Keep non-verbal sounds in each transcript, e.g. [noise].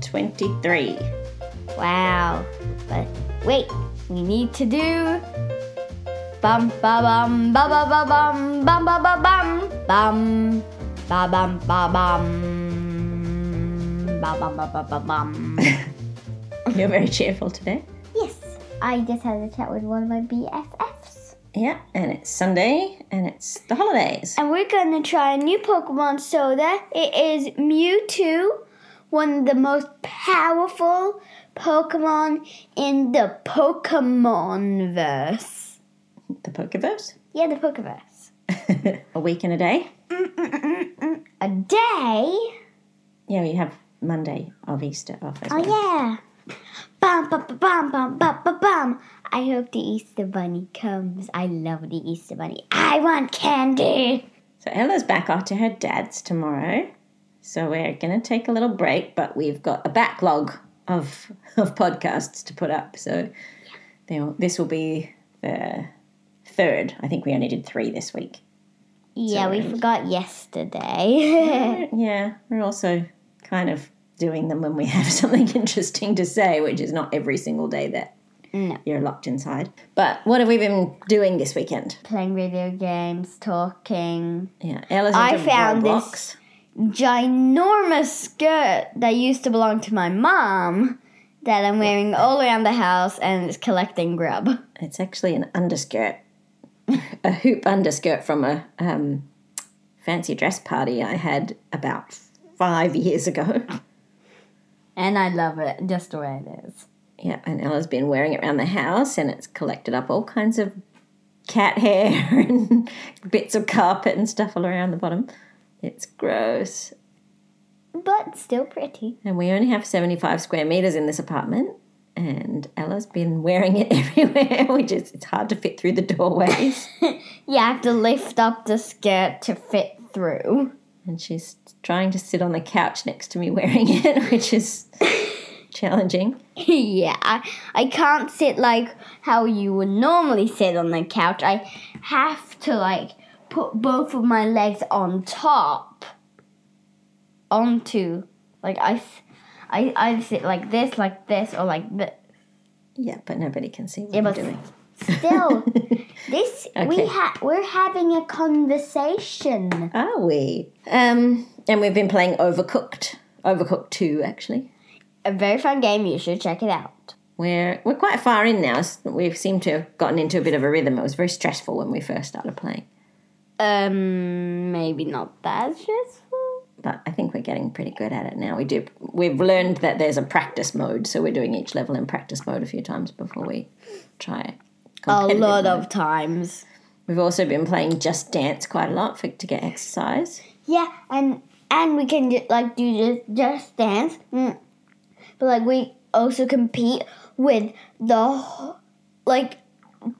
23. Wow. But wait, we need to do bum ba bum ba ba ba bum bum ba ba bum bum ba bum ba bum ba bum ba ba ba bum. You're very cheerful today. [laughs] yes, I just had a chat with one of my BFFs. Yeah, and it's Sunday and it's the holidays. And we're gonna try a new Pokemon soda. It is Mewtwo, one of the most powerful Pokemon in the Pokemon verse. The Pokeverse. Yeah, the Pokeverse. [laughs] a week and a day. A day. Yeah, we have Monday of Easter off as Oh well. yeah. Bum bum bum bum bum bum bum bum. I hope the Easter bunny comes. I love the Easter bunny. I want candy. So Ella's back off to her dad's tomorrow. So we're going to take a little break, but we've got a backlog of, [laughs] of podcasts to put up. So they'll this will be the third. I think we only did three this week. Yeah, we Sorry. forgot yesterday. [laughs] yeah, we're also kind of doing them when we [laughs] have something interesting to say, which is not every single day that No. you're locked inside. But what have we been doing this weekend? Playing video games, talking. Yeah, Ella's I into found this- Roblox. Ginormous skirt that used to belong to my mom that I'm wearing all around the house and it's collecting grub. It's actually an underskirt, [laughs] a hoop underskirt from a um, fancy dress party I had about five years ago. And I love it just the way it is. Yeah, and Ella's been wearing it around the house, and it's collected up all kinds of cat hair [laughs] and bits of carpet and stuff all around the bottom. It's gross. But still pretty. And we only have 75 square meters in this apartment. And Ella's been wearing it [laughs] everywhere, which is it's hard to fit through the doorways. [laughs] You have to lift up the skirt to fit through. and she's trying to sit on the couch next to me wearing it, [laughs] which is challenging. yeah, I, I can't sit like how you would normally sit on the couch. I have to like put both of my legs on top onto like I s- I I sit like this, like this, or like this. Yeah, but nobody can see what Yeah, I'm but doing. [laughs] still, this Okay. we ha- we're having a conversation. Are we? Um, and we've been playing Overcooked, Overcooked Two actually. A very fun game. You should check it out. We're we're quite far in now. s- We seem to have gotten into a bit of a rhythm. It was very stressful when we first started playing, Um, maybe not that stressful. but I think we're getting pretty good at it now. We do. We've learned that there's a practice mode, so we're doing each level in practice mode a few times before we try it. A competitive lot mode. of times. We've also been playing Just Dance quite a lot for, to get exercise. Yeah, and and we can ju- like do just just dance, mm. but like we also compete with the wh- like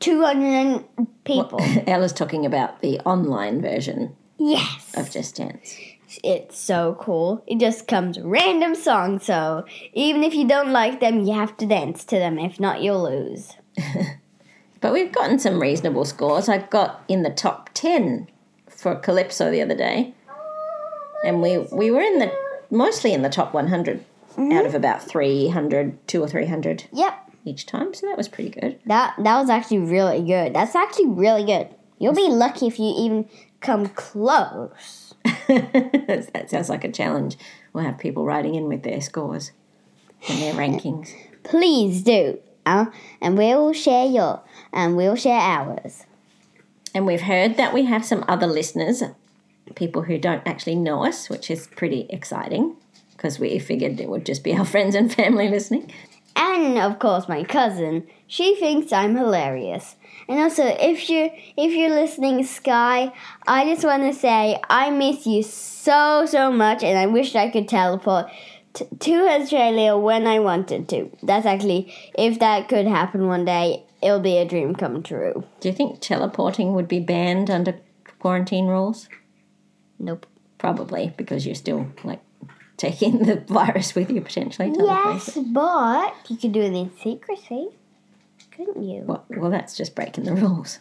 two hundred people. [laughs] Ella's talking about the online version yes, of Just Dance. it's so cool. It just comes random song, so even if you don't like them, you have to dance to them. If not, you'll lose. But we've gotten some reasonable scores. I got in the top 10 for Calypso the other day. And we, we were in the mostly in the top 100 out of about 300, two or 300 Yep, each time. So that was pretty good. [laughs] that that was actually really good. That's actually really good. You'll be lucky if you even come close. that sounds like a challenge. We'll have people writing in with their scores and their rankings. please do. Uh, and we'll share your and we'll share ours. And we've heard that we have some other listeners, people who don't actually know us, which is pretty exciting because we figured it would just be our [laughs] friends and family listening. And of course my cousin, she thinks I'm hilarious. And also if you if you're listening Sky, I just want to say I miss you so so much and I wish I could teleport t- to Australia when I wanted to. That's actually if that could happen one day, it'll be a dream come true. Do you think teleporting would be banned under quarantine rules? Nope. Probably because you're still like taking the virus with you potentially. teleporting. Yes, but you could do it in secrecy. Couldn't [laughs] you? Well, well, that's just breaking the rules.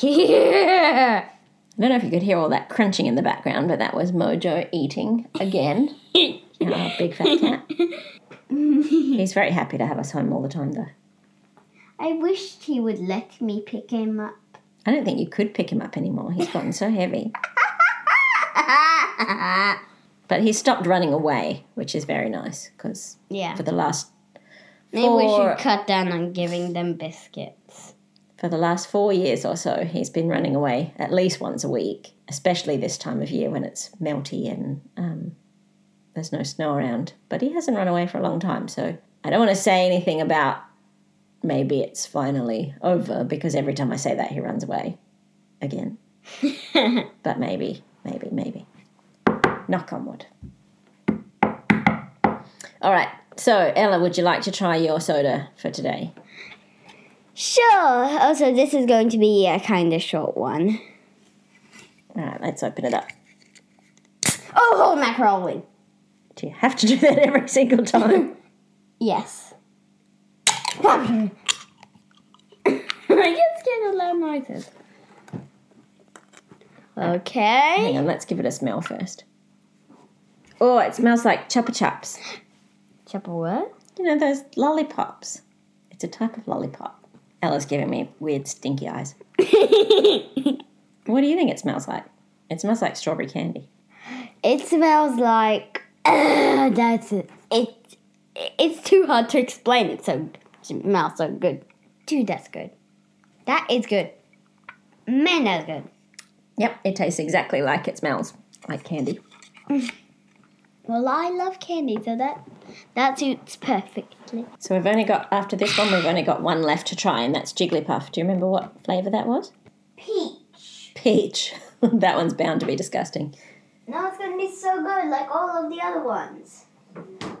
Yeah. [laughs] I don't know if you could hear all that crunching in the background, but that was Mojo eating again. Oh, big fat cat. He's very happy to have us home all the time, though. I wished he would let me pick him up. I don't think you could pick him up anymore. He's gotten [laughs] so heavy. But he stopped running away, which is very nice because yeah. for the last Maybe we for- should cut down on giving them biscuits. for the last four years or so, he's been running away at least once a week, especially this time of year when it's melty and um, there's no snow around. But he hasn't run away for a long time, so I don't want to say anything about maybe it's finally over because every time I say that, he runs away again. but maybe, maybe, maybe. Knock on wood. All right. So, Ella, would you like to try your soda for today? Sure. Also, this is going to be a kind of short one. All right, let's open it up. Oh, whole macaroni. Do you have to do that [laughs] every single time? Yes. [laughs] I get scared of loud noises. Okay. Hang on, let's give it a smell first. Oh, it smells like chupa chups. Chapel what? You know those lollipops. It's a type of lollipop. Ella's giving me weird stinky eyes. What do you think it smells like? It smells like strawberry candy. It smells like. [clears throat] Uh, that's it. it. It's too hard to explain. It so smells so good. Dude, that's good. That is good. Man, that's good. Yep, it tastes exactly like it smells, like candy. Well, I love candy, so that that suits perfectly. So we've only got after this one, we've only got one left to try, and that's Jigglypuff. Do you remember what flavour that was? peach. Peach. [laughs] that one's bound to be disgusting. Now it's gonna be so good, like all of the other ones.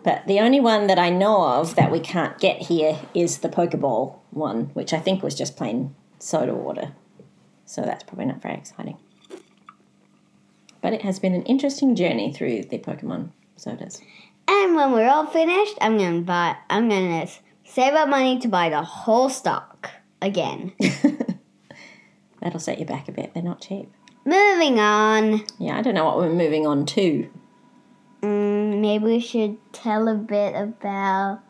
But the only one that I know of that we can't get here is the Pokeball one, which I think was just plain soda water. So that's probably not very exciting. But it has been an interesting journey through the Pokemon sodas. And when we're all finished, I'm gonna buy. I'm gonna s- save up money to buy the whole stock [laughs] again. That'll set you back a bit. They're not cheap. Moving on. Yeah, I don't know what we're moving on to. Mm, maybe we should tell a bit about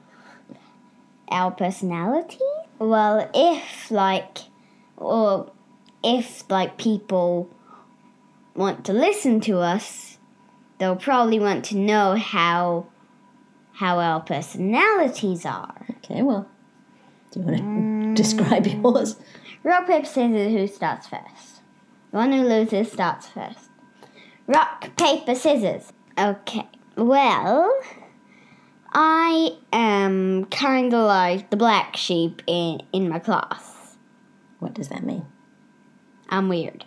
our personality. Well, if like, or if like people want to listen to us, they'll probably want to know how how our personalities are. Okay, well, do you want to describe yours? Rock, paper, scissors, who starts first? The one who loses starts first. Rock, paper, scissors. Okay, well, I am kind of like the black sheep in, in my class. What does that mean? I'm weird.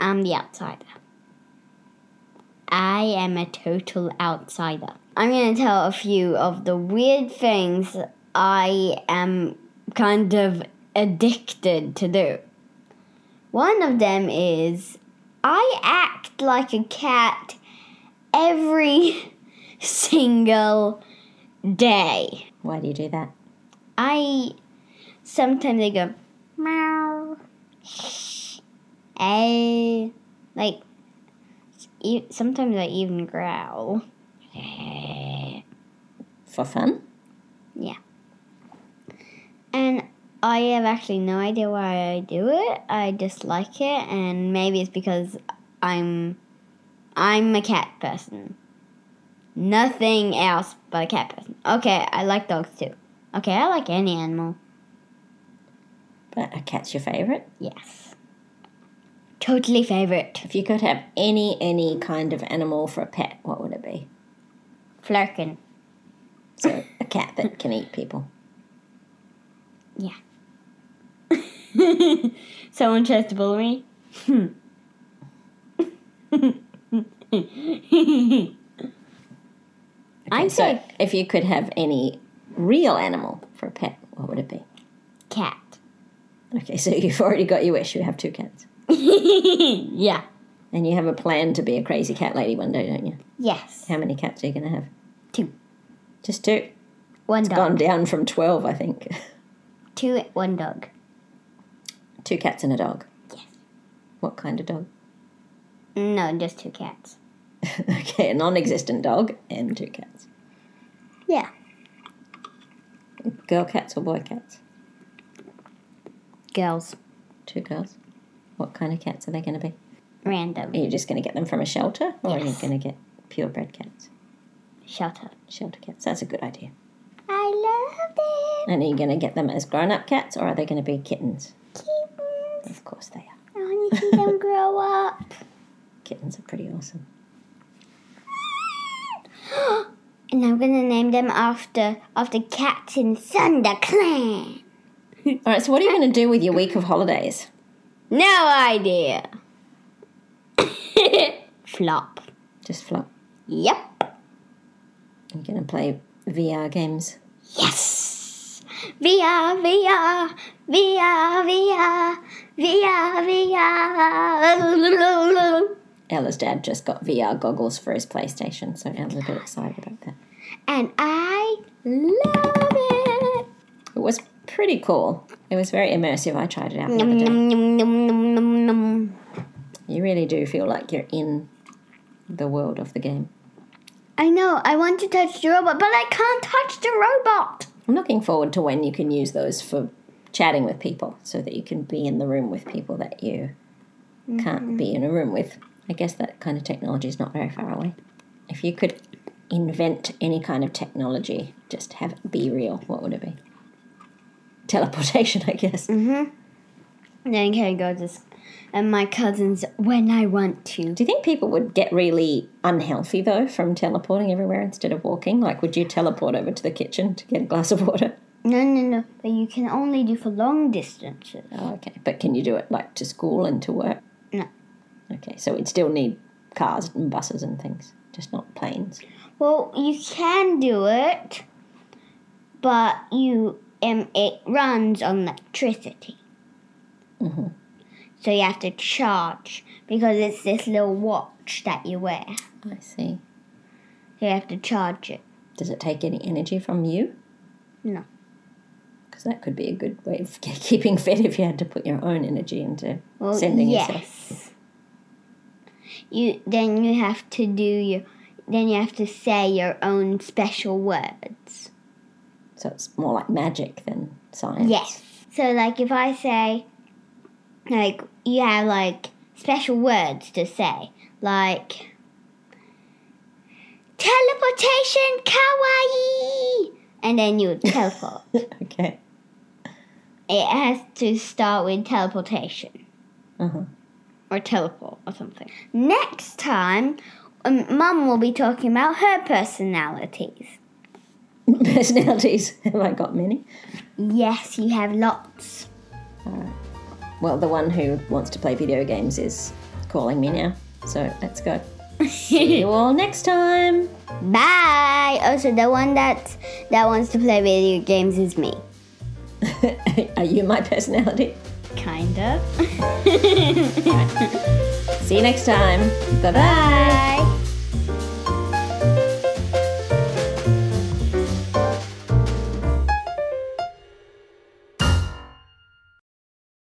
I'm the outsider. I am a total outsider. I'm going to tell a few of the weird things I am kind of addicted to do. One of them is I act like a cat every [laughs] single day. Why do you do that? I sometimes I go meow. [laughs] I like e- sometimes I even growl. [laughs] For fun? And I have actually no idea why I do it. I just like it, and maybe it's because I'm I'm a cat person. Nothing else but a cat person. Okay, I like dogs too. Okay, I like any animal. But a cat's your favourite? Yes. Totally favorite. If you could have any any kind of animal for a pet, what would it be? Flurkin. So a cat that can eat people. [laughs] Someone tries to bully me. I'm so safe. if you could have any real animal for a pet, what would it be? Cat. [laughs] Okay, so you've already got your wish. You have two cats, yeah. and you have a plan to be a crazy cat lady one day, don't you? Yes. How many cats are you going to have? Two. Just two. One dog. Gone down from twelve, I think. [laughs] Two. One dog. two cats and a dog. [laughs] Yes. What kind of dog? No, just two cats. okay, a non-existent dog and two cats. Yeah. Girl cats or boy cats? Girls. Two girls. What kind of cats are they going to be? Random. Are you just going to get them from a shelter, or are you Yes. going to get purebred cats? Shut up. Shelter cats. That's a good idea. I love them. And are you going to get them as grown-up cats, or are they going to be kittens? Kittens. Of course they are. I want to see them grow up. [gasps] Kittens are pretty awesome. And I'm gonna name them after after Captain Thunder Clan. All right. So what are you going to do with your week of holidays? No idea. [coughs] Flop. Just flop. Yep. You're going to play VR games. Yes. VR, VR, VR, VR, VR, VR. Ella's dad just got VR goggles for his PlayStation, so Ella's a bit excited about that. And I love it. It was pretty cool. It was very immersive. I tried it out the Nom other day. nom nom nom nom nom nom. You really do feel like you're in the world of the game. I know, I want to touch the robot, but I can't touch the robot. I'm looking forward to when you can use those for chatting with people so that you can be in the room with people that you can't be in a room with. I guess that kind of technology is not very far away. If you could invent any kind of technology, just have it be real, what would it be? Teleportation, [laughs] I guess. Then I can go to s- and my cousins when I want to. Do you think people would get really unhealthy though from teleporting everywhere instead of walking? Like, would you teleport over to the kitchen to get a glass of water? No, no, no. But you can only do for long distances. Oh, okay. But can you do it like to school and to work? No. Okay, so we'd still need cars and buses and things, just not planes. Well, you can do it, but you um, it runs on electricity. Mhm. So you have to charge because it's this little watch that you wear. I see. So you have to charge it. Does it take any energy from you? No. Because that could be a good way of [laughs] ke- keeping fit if you had to put your own energy into Well, sending yes. yourself. You then you have to do your then you have to say your own special words. So it's more like magic than science. Yes. So like if I say like you have like special words to say like teleportation kawaii and then [laughs] you teleport. [laughs] okay. it has to start with teleportation. Uh-huh. or teleport or something. Next time, um, Mum will be talking about her personalities. [laughs] Personalities. Have I got many? Yes, you have lots. [laughs] Well, the one who wants to play video games is calling me now. So let's go. See you all next time. Bye. Also, the one that that wants to play video games is me. [laughs] Are you my personality? Kinda. See you next time. Bye bye. Bye.